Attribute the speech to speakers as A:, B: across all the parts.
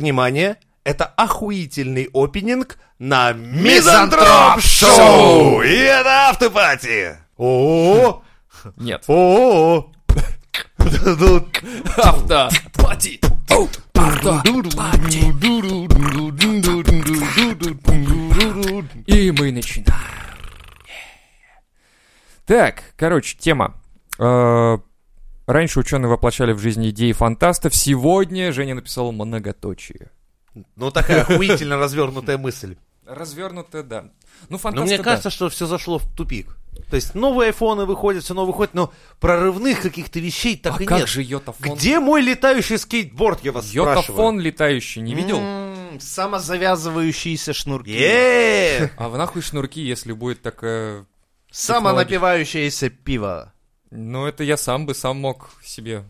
A: Внимание, это охуительный опенинг на
B: Мизантроп Шоу! И это автопати!
A: О,
C: Нет.
A: о, Ну,
C: Авто. Пати. Авто. И мы начинаем. Так, короче, тема. Э, Раньше ученые воплощали в жизнь идеи фантастов. Сегодня Женя написал многоточие.
A: Ну такая охуительно развернутая мысль.
C: Развернуто, да. Ну,
A: Но
C: фантасты,
A: мне
C: да.
A: кажется, что все зашло в тупик. То есть новые айфоны выходят, все новое выходит, но прорывных каких-то вещей так
C: А
A: и
C: как
A: нет.
C: же йотафон?
A: Где мой летающий скейтборд, я вас спрашиваю?
C: Йотафон летающий, не видел?
B: М, Самозавязывающиеся шнурки.
A: Е-е-е!
C: А в нахуй шнурки, если будет такая...
B: Самонапивающееся пиво.
C: Ну, это я сам бы сам мог себе...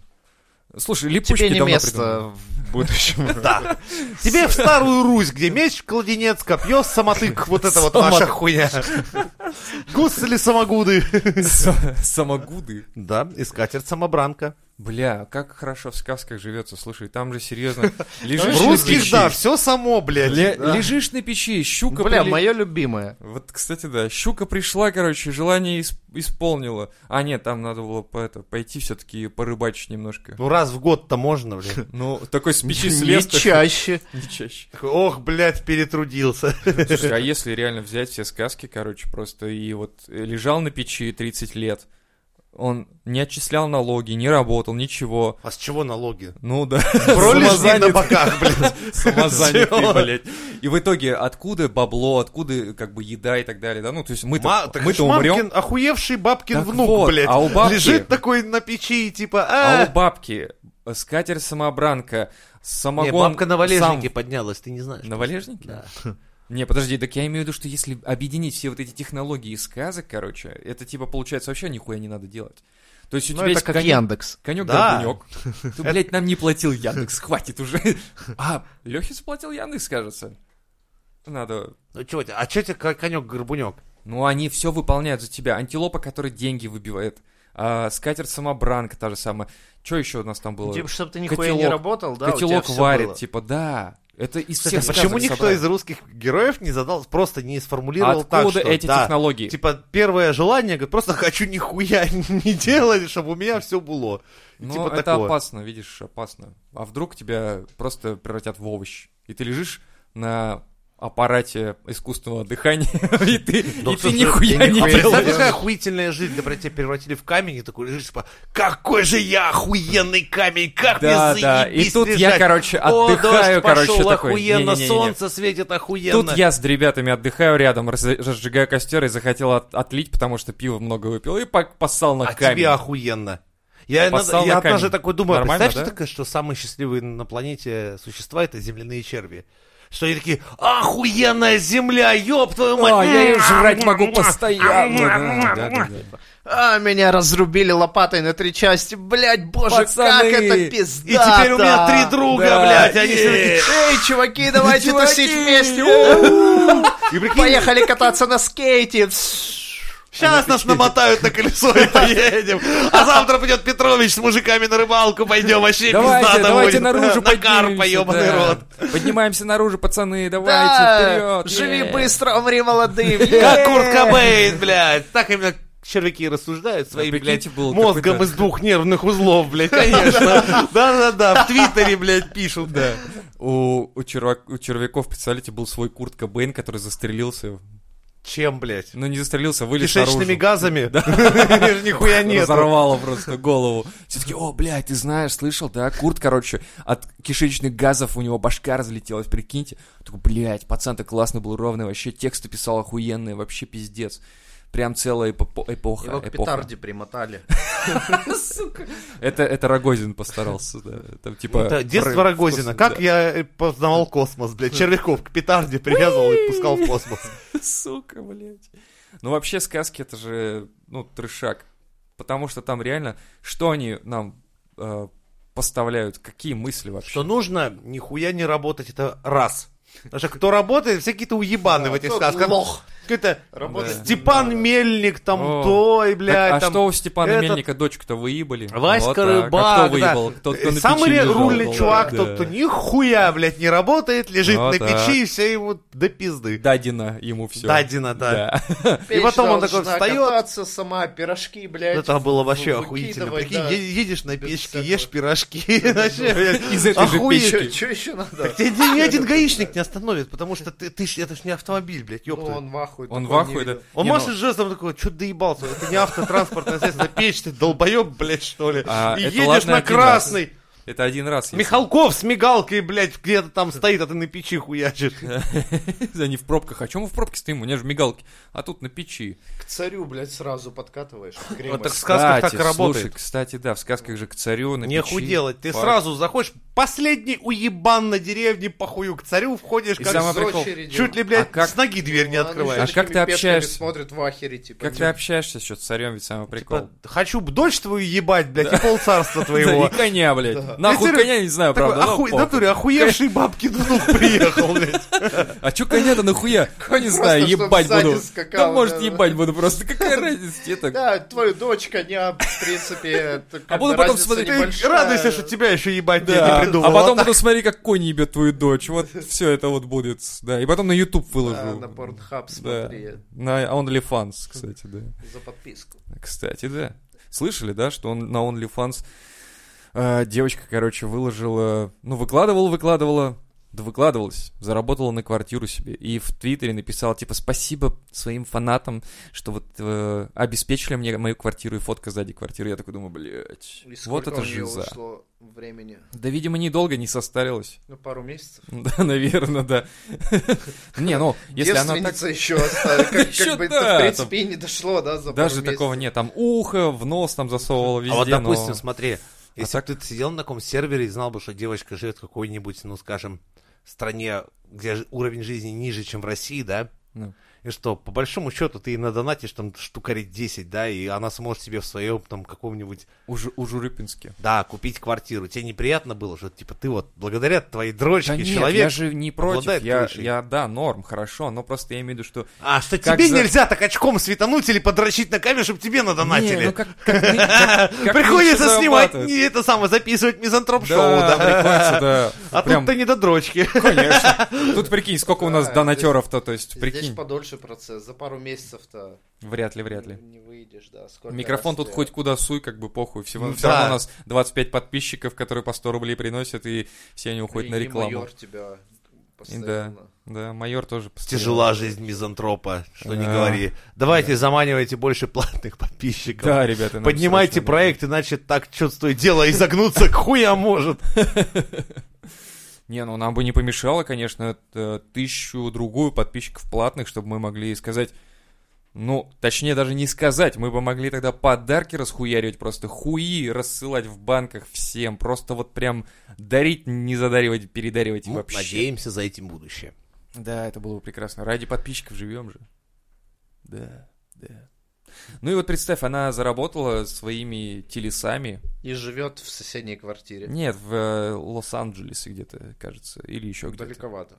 C: Слушай, липучки
B: Тебе не
C: давно
B: место
C: придумал.
B: в будущем.
A: Да. Тебе в старую Русь, где меч, кладенец, копье, самотык, вот это вот ваша
C: Самотык.
A: хуйня. Гусы или самогуды?
C: Са- Самогуды.
A: Да, искатер самобранка.
C: Бля, как хорошо в сказках живется, слушай, там же серьезно. Лежишь
A: В
C: на
A: русских,
C: печи.
A: да, все само, блядь.
C: Ну, Ле-
A: Да.
C: Лежишь на печи, щука...
B: Бля,
C: приле-
B: мое любимое.
C: Вот, кстати, да, щука пришла, короче, желание исп- исполнила. А нет, там надо было по это, пойти все-таки порыбачить немножко.
A: Ну раз в год-то можно, блядь.
C: Ну, такой с печи
B: Не
C: слез. так-
B: чаще.
C: Не чаще.
A: Ох, блядь, перетрудился.
C: Слушай, а если реально взять все сказки, короче, просто и вот э, лежал на печи 30 лет, он не отчислял налоги, не работал, ничего.
A: А с чего налоги?
C: Ну да.
A: Пролежни на
C: Самозанятый.
A: боках, блядь.
C: Самозанятый,
A: Чего?
C: блядь. И в итоге, откуда бабло, откуда как бы еда и так далее, да? Ну, то есть мы-то
A: Ма- так
C: мы-то
A: Шмамкин,
C: умрем,
A: охуевший бабкин
C: Так
A: внук,
C: вот,
A: блядь.
C: а у бабки-
A: Лежит такой на печи и типа...
C: а у
A: А,
C: бабки скатер-самобранка,
A: Не,
C: самогон...
A: бабка на валежнике
C: сам-
A: поднялась, ты не знаешь.
C: На валежнике?
A: Да.
C: Не, подожди, так я имею в виду, что если объединить все вот эти технологии и сказок, короче, это типа получается вообще нихуя не надо делать. То есть у
B: Ну,
C: тебя
B: это
C: есть
B: как
C: конек-
B: Яндекс.
C: Конек
A: Да.
C: горбунек. Ты, блядь, нам не платил Яндекс, хватит уже. А, Лехе заплатил Яндекс, кажется. Надо.
A: Ну чего тебе? А чё тебе конек-горбунек?
C: Ну, они все выполняют за тебя. Антилопа, которая деньги выбивает. А, скатерть самобранка та же самая. Что еще у нас там было?
B: Типа, чтобы ты
C: нихуя
B: нихуя
C: не
B: не
C: котелок-
B: работал, да?
C: Котелок варит, типа, да. Это из всех сказок
A: а Почему никто
C: собрали.
A: из русских героев не задал, просто не сформулировал так,
C: Откуда
A: что,
C: эти
A: да,
C: технологии?
A: Типа, первое желание, говорит, просто хочу нихуя не делать, чтобы у меня все было. И
C: Ну,
A: типа
C: это
A: такого.
C: опасно, видишь, опасно. А вдруг тебя просто превратят в овощ, и ты лежишь на аппарате искусственного дыхания, и ты, и ты
A: слушай,
C: нихуя не
A: А представь,
C: делаешь.
A: какая охуительная жизнь, когда тебя превратили в камень, и такой лежишь, типа, какой же я охуенный камень, как
C: Да,
A: мне
C: да,
A: заебись
C: и тут
A: лежать.
C: я, короче,
A: О,
C: отдыхаю,
A: дождь
C: короче,
A: пошел
C: такой,
A: охуенно,
C: «Не-не-не-не-не».
A: солнце светит охуенно.
C: Тут я с ребятами отдыхаю рядом, раз- разжигаю костер и захотел от- отлить, потому что пиво много выпил, и пак- поссал на
A: а
C: камень.
A: тебе охуенно. Я, иногда-
C: Поссал
A: я
C: на
A: однажды
C: камень.
A: такой думаю,
C: Нормально,
A: представь,
C: да?
A: что такое, что самые счастливые на планете существа это земляные черви. Что они такие, охуенная земля, ёб твою мать.
C: А, я ее жрать могу постоянно. Да, да, да, да.
B: А, меня разрубили лопатой на три части. Блять, боже,
C: Пацаны!
B: как это пизда
A: И теперь у меня три друга,
C: Да.
A: блядь, они все такие,
B: Эй, чуваки, давайте
C: Чуваки!
B: тусить вместе.
C: У-у-у!
A: И прикинь,
B: Поехали кататься на скейте.
A: Сейчас нас намотают на колесо и поедем. А завтра придет Петрович с мужиками на рыбалку, пойдем вообще
C: Давайте,
A: пизда
C: давайте
A: доводит.
C: наружу
A: На карпа,
C: поднимемся,
A: ебаный
C: да.
A: рот.
C: Поднимаемся наружу, пацаны,
B: Да,
C: давайте, вперед.
B: живи
C: е.
B: быстро, умри молодым.
A: Как
B: Е.
A: Курт Кобейн, блядь. Так именно червяки рассуждают своим, блядь,
C: А прикиньте, было
A: мозгом
C: какой-то-
A: из двух нервных узлов, блядь, конечно. Да-да-да, в Твиттере, блядь, пишут, да.
C: У, у, черва- у червяков, представляете, был свой Курт Кобейн, который застрелился.
A: Чем, блядь?
C: Ну, не застрелился, вылез
A: Кишечными
C: наружу.
A: газами? Нихуя нет.
C: Разорвало просто голову. Все таки о, блядь, ты знаешь, слышал, да? Курт, короче, от кишечных газов у него башка разлетелась, прикиньте. Такой, блядь, пацан-то классно был, ровный, вообще тексты писал охуенные, вообще пиздец. Прям целая эпо- эпоха.
B: Его к
C: эпоха.
B: петарде примотали.
C: Это, это Рогозин постарался, да. Там, типа,
A: Это детство
C: вкус-
A: Рогозина. Как
C: да.
A: я э, познавал космос, блядь? Червяков к петарде привязывал и пускал в космос.
C: Сука, блядь. Ну, вообще, сказки это же, ну, трешак. Потому что там реально, что они нам э, поставляют, какие мысли вообще.
A: Что нужно нихуя не работать, это раз. Потому что кто работает, все какие-то уебаны в этих сказках.
B: Лох.
A: Какой-то
B: Работать
C: Да.
A: Степан Мельник, там
C: О.
A: той, блядь.
C: Так, а
A: там
C: что у Степана
A: этот-
C: Мельника дочку-то выебали?
A: Васька
C: Вот так. А
A: Рыбак,
C: кто
A: да.
C: выебал? Тот, кто на
A: Э, Самый
C: печи лежал.
A: рульный
C: Да.
A: чувак,
C: Да.
A: тот, кто нихуя, блядь, не работает, лежит на
C: Вот так.
A: печи, и все ему до пизды.
C: Дадина ему все.
A: Дадина, да.
B: Печь
A: потом он такой
B: должна
A: встаёт.
B: кататься сама, пирожки, блядь.
A: Это было вообще
B: вы-
A: охуительно.
B: выкидывать,
A: Прикинь,
B: да.
A: е- едешь на печке,
B: всякого.
A: ешь пирожки. вообще, блядь,
C: Из этой же
A: охуеть.
C: печки.
B: Что еще надо?
A: Тебя ни ни один гаишник не остановит, потому что ты, ты ж- это ж не автомобиль, блядь,
B: Ну,
A: ёпта.
B: он в ахуе.
C: Он
B: такой
C: в
B: не
C: ахуе, да.
B: видел.
A: Он
C: Не, ну,
A: машет жестом такой, что доебался, это не автотранспортное средство, это печь, ты долбоеб, блядь, что ли.
C: А,
A: И
C: это
A: едешь
C: ладно
A: на
C: один раз.
A: красный.
C: Это один раз. если-
A: Михалков с мигалкой, блядь, где-то там стоит, а ты на печи хуячишь.
C: Они в пробках. А чем мы в пробке стоим? У меня же мигалки. А тут на печи.
B: К царю, блядь, сразу подкатываешь. гримой.
A: Вот так в сказках так и
C: Кстати, Слушай,
A: работает.
C: кстати, да, в сказках же к царю на печи.
A: Нехуй делать. Ты
C: Фак.
A: сразу заходишь, последний уебан на деревне, похую, к царю входишь,
C: И
A: как
C: самое
A: с-
B: С
C: прикол,
B: очередью.
A: Чуть ли, блядь,
C: А как-
A: с ноги дверь не
B: Ну, она
A: открываешь.
B: еще
C: А как
B: такими
C: ты
B: пешками
C: общаешься?
B: Смотрит в ахере, типа.
C: Как ты общаешься еще с царем, ведь самый прикол.
A: Типа, хочу б дочь твою ебать, блядь, и полцарства
C: Да, и
A: твоего.
C: коня,
B: Да.
C: блядь. Нахуй
A: Ты
C: коня, не знаю,
A: Такой,
C: правда. но
A: оху- в
C: похуй.
A: натуре охуевший бабкин внук приехал, блядь.
C: А чё коня-то нахуя? Ну, не знаю,
B: чтобы
C: ебать
B: сзади
C: буду.
B: скакал,
C: Да, может,
B: да.
C: ебать буду просто. Какая разница тебе так?
B: Да, твою дочь, коня, в принципе, это как
C: А буду
B: бы
C: потом
B: разница
C: смотреть,
A: Ты
B: небольшая.
A: радуйся, что тебя еще ебать
C: Да.
A: блядь, не
C: А
A: придумал.
C: потом
A: А
C: буду смотри, как конь ебет твою дочь. Вот все это вот будет. Да. И потом на YouTube
B: А,
C: выложу.
B: на Pornhub
C: Да.
B: смотри,
C: На OnlyFans, кстати, да.
B: за подписку.
C: Кстати, да. Слышали, да, что он на OnlyFans э, девочка, короче, выложила, ну, выкладывала, выкладывала, да выкладывалась, заработала на квартиру себе. И в Твиттере написала, типа, спасибо своим фанатам, что вот э, обеспечили мне мою квартиру и фотка сзади квартиры. Я такой думаю, блядь,
B: И
C: вот
B: сколько
C: это
B: у нее
C: жиза.
B: ушло времени?
C: Да, видимо, недолго не состарилась.
B: Ну, пару месяцев.
C: Да, наверное, да. Не, ну, если она так...
B: Девственница еще осталась. Как, как
C: Ещё
B: бы
C: да,
B: это, в принципе, и не дошло, да, за пару
C: Даже такого
B: месяцев.
C: нет. Там ухо в нос там
B: А
C: засовывала везде,
A: А вот, допустим,
C: но- А
A: смотри, если бы ты сидел на таком сервере и знал бы, что девочка живет в какой-нибудь, ну, скажем, стране, где ж- уровень жизни ниже, чем в России, да?
C: Ну.
A: И что, по большому счету, ты ей надонатишь там штукарей 10, да, и она сможет себе в своем там каком-нибудь
C: У Жу- у Журыпинске.
A: Да, купить квартиру. Тебе неприятно было, что типа ты вот благодаря твоей дрочке
C: Да нет,
A: человек.
C: я же не против,
A: обладает
C: я,
A: крышей.
C: я, да, норм, хорошо, но просто я имею в виду, что...
A: А что
C: Как
A: тебе
C: за-
A: нельзя так очком светануть или подрочить на камеру, чтобы тебе надонатили?
C: Не, ну как, как ны- как- как
A: приходится
C: нынче
A: снимать
C: зарабатывать.
A: и это самое записывать мизантроп шоу, да.
C: Да, приходится, да.
A: А
C: Прям,
A: тут ты не до дрочки.
C: конечно. Тут прикинь, сколько у нас
B: Да,
C: донатеров-то, то есть,
B: Здесь
C: прикинь.
B: подольше процесс. За пару месяцев-то
C: Вряд ли, вряд ли.
B: не выйдешь, да. Сколько раз
C: Микрофон
B: э,
C: тут
B: ты-
C: хоть куда суй, как бы похуй. Всего
A: э, Ну
C: все равно
A: да.
C: у нас 25 подписчиков, которые по 100 рублей приносят, и все они уходят на
B: Прикинь,
C: рекламу.
B: майор тебя
C: И
B: постоянно.
C: Да, да, майор тоже постоянно.
A: Тяжела жизнь мизантропа, что не
C: Да.
A: говори. Давайте заманивайте больше платных подписчиков.
C: Да, ну, ребята. нам
A: Поднимайте
C: срочно нужно.
A: проект, иначе так чувствую дело и загнуться к хуя может.
C: Не, ну нам бы не помешало, конечно, это тысячу другую подписчиков платных, чтобы мы могли сказать. Ну, точнее, даже не сказать, мы бы могли тогда подарки расхуяривать, просто хуи рассылать в банках всем, просто вот прям дарить, не задаривать, передаривать
A: Ну,
C: вообще.
A: Надеемся за этим будущее.
C: Да, это было бы прекрасно. Ради подписчиков живем же. Да, да. Ну и вот представь, она заработала своими телесами.
B: И живет в соседней квартире.
C: Нет, в э, Лос-Анджелесе где-то, кажется, или еще где-то.
B: Далековато.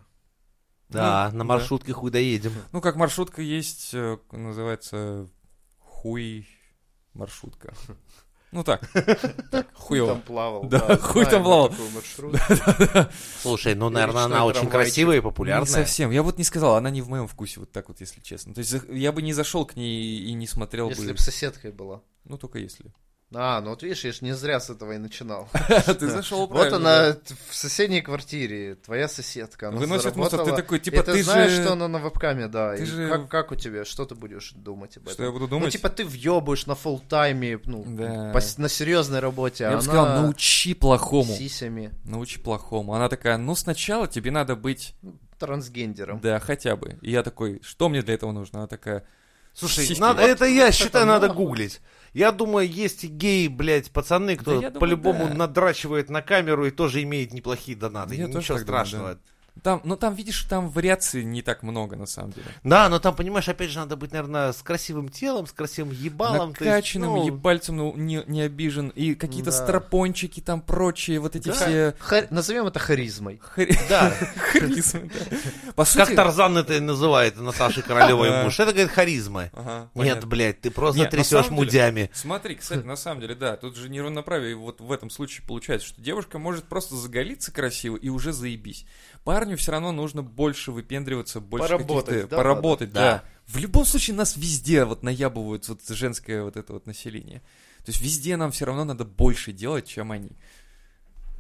A: Да,
C: Ну,
A: на
C: да.
A: маршрутке хуй доедем.
C: Ну, как маршрутка есть, э, к- называется хуй маршрутка. Ну так, так,
B: Там
C: хуёво.
B: плавал.
C: Да, хуй
B: знаем
C: там плавал.
B: мы такой маршрут.
A: Слушай, ну,
B: Или
A: наверное,
B: речной
A: она очень
B: трамвайчик.
A: красивая и
C: Не
A: популярная.
C: совсем. Я вот не сказал, она не в моем вкусе, вот так вот, если честно. То есть зах- я бы не зашел к ней и не смотрел
B: Если
C: бы.
B: бы соседкой была.
C: Ну, только если.
B: А, ну вот видишь, я ж не зря с этого и начинал.
C: Ты зашел
B: Вот она т- в соседней квартире, твоя соседка. Она
C: Выносит мусор, ты
B: заработала.
C: такой,
B: и
C: типа,
B: ты,
C: ты
B: знаешь, что
C: же...
B: она на вебкаме, да.
C: ты
B: и
C: же-
B: как, как у тебя, что ты будешь думать об этом?
C: Что я буду
B: ну,
C: думать?
B: типа, ты въебаешь на фулл тайме, ну,
C: Да.
B: по с- на серьезной работе, а
C: Я бы
B: она
C: сказал, научи плохому.
B: с сисями,
C: Научи плохому. Она такая, ну, сначала тебе надо быть...
B: трансгендером.
C: Да, хотя бы. И я такой, что мне для этого нужно? Она такая,
A: Слушай,
C: Сиськи.
A: надо,
C: Вот
A: это я считаю, надо
B: нахуй.
A: гуглить. Я думаю, есть и геи, блядь, пацаны, кто
C: я думаю,
A: по-любому
C: да.
A: надрачивает на камеру и тоже имеет неплохие донаты.
C: Я тоже
A: Ничего
C: так думаю,
A: страшного.
C: Там, ну там, видишь, там вариаций не так много, на самом деле.
A: Да, но там, понимаешь, опять же, надо быть, наверное, с красивым телом, с красивым ебалом. то есть,
C: Накачанным,
A: ну,
C: ебальцем ну, не, не обижен. И какие-то
A: Да.
C: стропончики там прочие, вот эти
A: Да.
C: все
B: Назовем это харизмой.
C: хари-
A: Да,
C: харизмы. да. По
A: как
C: сути-
A: Тарзан это и называет Наташи Королевой
C: Да.
A: муж. Это, говорит, харизма.
C: Ага,
A: Нет,
C: понятно.
A: блядь, ты просто
C: Нет, на
A: трясешь
C: самом деле-
A: мудями.
C: Смотри, кстати, на самом деле, да, тут же неравноправие вот в этом случае получается, что девушка может просто заголиться красиво и уже заебись. Парню все равно нужно больше выпендриваться, больше
B: Поработать,
C: каких-то-
B: да,
C: поработать,
A: надо.
C: да. В любом случае нас везде вот наябывают вот женское вот это вот население. То есть везде нам все равно надо больше делать, чем они.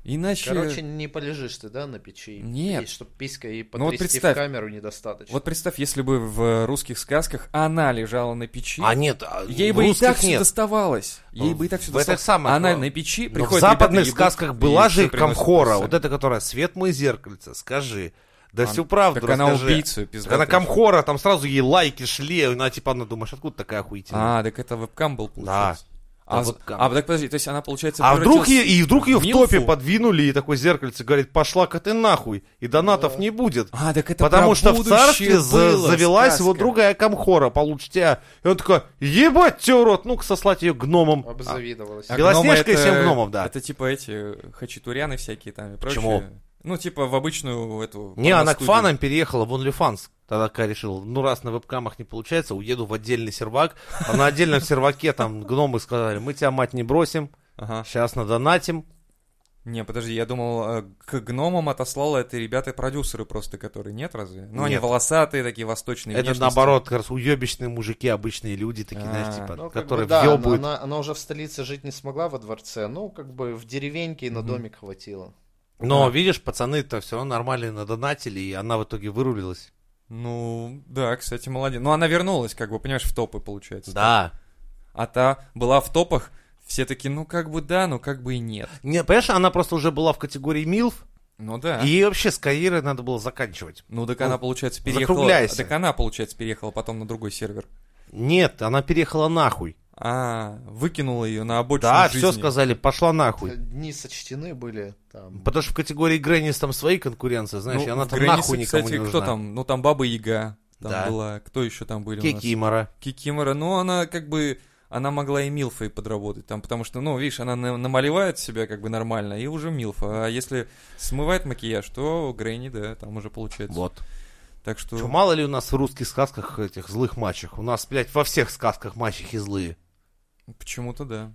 C: Иначе...
B: Короче, не полежишь ты, да, на печи?
C: Нет.
B: чтобы писька и
C: Ну вот
B: потрясти в
C: представь.
B: камеру недостаточно.
C: вот представь, если бы в русских сказках она лежала на печи,
A: А нет, а
C: ей
A: в
C: бы и
A: русских
C: так все
A: нет. Ну,
C: доставалось. Ей бы и так все
A: в этих
C: доставалось.
A: самых,
C: Она
A: но-
C: на печи
A: Но в
C: приходит.
A: западных
C: ребята, ебут,
A: сказках
C: и
A: была
C: всё
A: же
C: приносят
A: Камхора,
C: сами.
A: вот эта, которая «Свет мой зеркальце», скажи. Да
C: А,
A: всю правду
C: Так она
A: расскажи.
C: убийца,
A: Так она
C: пиздатая.
A: Камхора, там сразу ей лайки шли, она типа, ну думаешь, откуда такая охуительная?
C: А, так это вебкам был, получается.
A: Да,
C: А, з-
A: вебкам.
C: а, так подожди, то есть она, получается,
A: А вдруг
C: превратилась
A: ее, и вдруг ее в
C: Милфу?
A: топе подвинули, и такое зеркальце говорит, пошла-ка ты нахуй, и донатов
B: Да.
A: не будет.
C: А, так это
A: Потому
C: про
A: что в
C: будущее
A: царстве за-
C: было,
A: завелась
C: сказка.
A: вот другая камхора получше тебя. И он такой, ебать тебя, урод, ну-ка сослать ее гномом.
B: Обзавидовалась.
C: А
A: Белоснежка
C: гномы
A: и семь гномов, да.
C: Это типа эти хачатуряны всякие там и прочее.
A: Почему?
C: Ну, типа в обычную эту...
A: Не, она к
C: порностудию.
A: фанам переехала в OnlyFans. Тогда Ка решил, ну раз на вебкамах не получается, уеду в отдельный сервак. А на отдельном серваке там гномы сказали, мы тебя, мать, не бросим,
C: Ага.
A: сейчас надонатим.
C: Не, подожди, я думал, э, к гномам отослала это ребята-продюсеры просто, которые нет разве? Ну, они
A: Нет.
C: волосатые такие, восточные
A: Это
C: внешности.
A: наоборот, как раз уебищные мужики, обычные люди, такие, знаешь,
C: А.
A: типа,
B: Ну, как
A: которые
B: бы, да,
A: въебывают.
B: она, она- она уже в столице жить не смогла во дворце, ну, как бы в деревеньке и на
C: Мгм.
B: домик хватило.
A: Но
C: Да.
A: видишь, пацаны-то все равно нормальные надонатили, и она в итоге вырулилась.
C: Ну, да, кстати, молодец. Ну, она вернулась, как бы, понимаешь, в топы, получается.
A: Да.
C: А та была в топах, все таки ну как бы да, ну как бы и нет.
A: Не, понимаешь, она просто уже была в категории Милф,
C: Ну да.
B: А.
A: и ей вообще с карьерой надо было заканчивать.
C: Ну так
A: Ну,
C: она, получается, переехала...
A: закругляйся.
C: Так она, получается, переехала потом на другой сервер.
A: Нет, она переехала нахуй.
C: А, выкинула ее на обочину
A: да,
C: жизни.
A: все сказали, пошла нахуй.
B: Дни сочтены были там.
A: Потому что в категории Грэннис там свои конкуренции, знаешь,
C: Ну,
A: и она
C: в
A: там
C: Границе,
A: нахуй никому
C: кстати,
A: не нужна.
C: кто там? Ну там Баба Яга там
A: Да.
C: была. Кто еще там были у нас?
A: Кикимора.
C: Кикимора, ну она как бы, она могла и Милфой подработать там, потому что, ну, видишь, она на- намалевает себя как бы нормально, и уже Милфа. А если смывает макияж, то Грэнни, да, там уже получается.
A: Вот.
C: Так что...
A: Чё, мало ли у нас в русских сказках этих злых мачех? У нас, блядь, во всех сказках мачехи злые.
C: Почему-то да.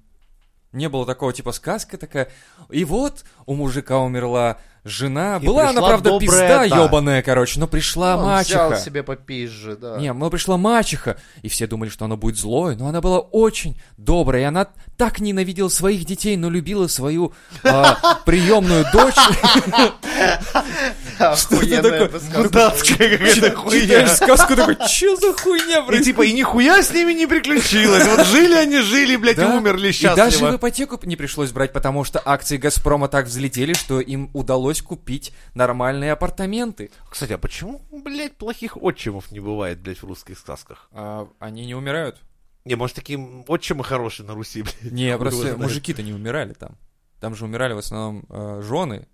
C: Не было такого типа сказка такая. И вот у мужика умерла жена.
A: И
C: Была она,
A: пришла
C: правда,
A: добрая
C: пизда
A: та.
C: ебаная, короче, но пришла
B: Ну, Он взял
C: мачеха.
B: себе попизже, да.
C: Не, но пришла мачеха, и все думали, что она будет злой, но она была очень добрая, и она так ненавидела своих детей, но любила свою а, приемную дочь.
B: Что
C: ты такой?
A: какая-то
C: Читаешь сказку такой, что за хуйня
A: И
C: происходит?
A: типа, и нихуя с ними не приключилось. Вот жили они, жили, блядь, и
C: Да.
A: умерли
C: И даже в
A: счастливо.
C: ипотеку не пришлось брать, потому что акции Газпрома так взлетели, что им удалось купить нормальные апартаменты.
A: Кстати, а почему, блядь, плохих отчимов не бывает, блядь, в русских сказках?
C: А они не умирают?
A: Не, может, такие отчимы хорошие на Руси, блядь.
C: Не,
A: Хуй его
C: просто
A: знает.
C: мужики-то не умирали там. Там же умирали в основном э, жены.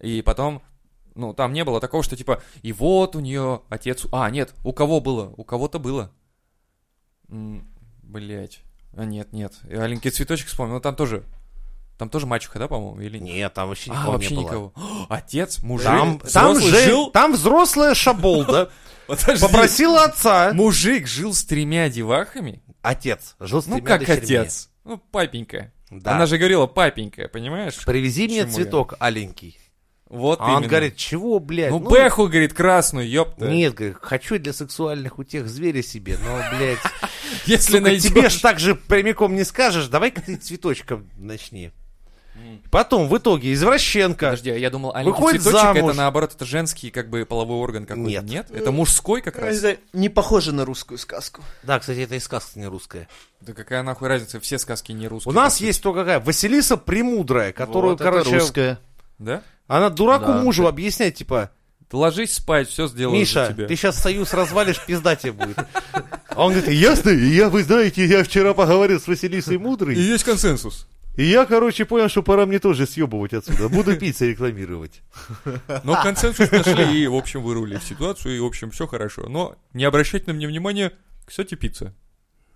C: И потом, ну, там не было такого, что типа, и вот у нее отец... А, нет, у кого было? У кого-то было. М, Блять. А, нет, нет. И Аленький цветочек вспомнил. Ну, Там тоже... Там тоже мачеха, да, по-моему, или нет?
A: Нет, там вообще
C: А,
A: никого не
C: вообще
A: было.
C: никого. О, отец, мужик,
A: Там, там,
C: взрослый
A: же-
C: жил...
A: там взрослая шаболда
C: Подожди.
A: попросила отца.
C: Мужик жил с тремя девахами?
A: Отец. Жил с
C: Ну,
A: тремя
C: как
A: дочерьми.
C: отец? Ну, папенька.
A: Да.
C: Она же говорила папенька, понимаешь?
A: Привези мне
C: Почему я?
A: цветок аленький.
C: Вот
A: А он
C: именно.
A: говорит, чего, блядь?
C: ну, бэху, говорит, красную, ёпта.
A: Нет, говорит, хочу для сексуальных утех зверя себе, но, блядь,
C: если
A: сука,
C: найдешь...
A: тебе ж так же прямиком не скажешь, давай-ка ты цветочком начни. Потом, в итоге, извращенка.
C: Подожди, а я думал, аленький
A: Выходит
C: цветочек,
A: Ну, замуж.
C: это наоборот, это женский, как бы, половой орган какой-то.
A: Нет.
C: Это мужской как раз.
B: Не похоже на русскую сказку.
A: Да, кстати, это и сказка не русская.
C: Да какая нахуй разница, все сказки не русские.
A: У нас
C: по
A: есть то какая, Василиса Премудрая, которую, короче,
B: русская.
C: сути. Да?
A: она дураку
B: Да.
A: мужу объясняет, типа,
C: Ты ложись спать, все сделаю
A: Миша,
C: за тебя.
A: ты сейчас союз развалишь, пизда тебе будет. А он говорит, ясно, я, вы знаете, я вчера поговорил с Василисой
C: И
A: Мудрой.
C: есть консенсус.
A: И я, короче, понял, что пора мне тоже съебывать отсюда. Буду пиццы рекламировать.
C: Но консенсус нашли и, в общем, вырулили ситуацию, и, в общем, все хорошо. Но не обращайте на меня внимания. Кстати, пицца.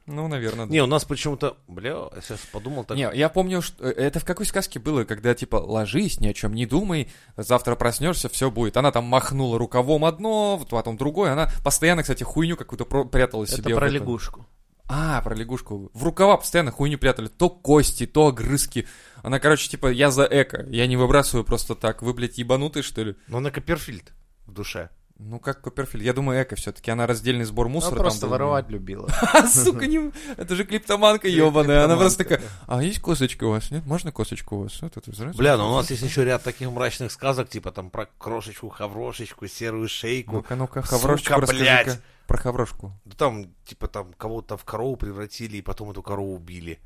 C: Ну, наверное, да.
A: Не, у нас почему-то... Бля, я сейчас подумал так.
C: Не, я помню, что э, это в какой сказке было, когда типа ложись, ни о чем не думай, завтра проснешься, все будет. Она там махнула рукавом одно, вот потом другое. Она постоянно, кстати, хуйню какую-то про- прятала
B: Это
C: себе. в
B: про
C: этом.
B: лягушку.
C: А, про лягушку. В рукава постоянно хуйню прятали. То кости, то огрызки. Она, короче, типа, я за эко. Я не выбрасываю просто так. Вы, блядь, ебанутые, что ли?
A: Но на Копперфильд в душе.
C: Ну, как Копперфильд. Я думаю, эко все-таки. Она раздельный сбор
B: Она
C: мусора. там
B: просто
C: был. ну.
B: воровать любила.
C: А, сука, не... это же клиптоманка ебаная. Она
B: Клиптоманка,
C: просто такая, а есть косточка у вас? Нет? Можно косточку у вас? Вот это взрослый.
A: Бля, ну у нас есть еще ряд таких мрачных сказок, типа там про крошечку, хаврошечку, серую шейку.
C: Ну-ка, ну-ка,
A: Сука,
C: хаврошечку
A: блядь.
C: расскажи Про хаврошку.
A: Да там, типа там кого-то в корову превратили, и потом эту корову убили.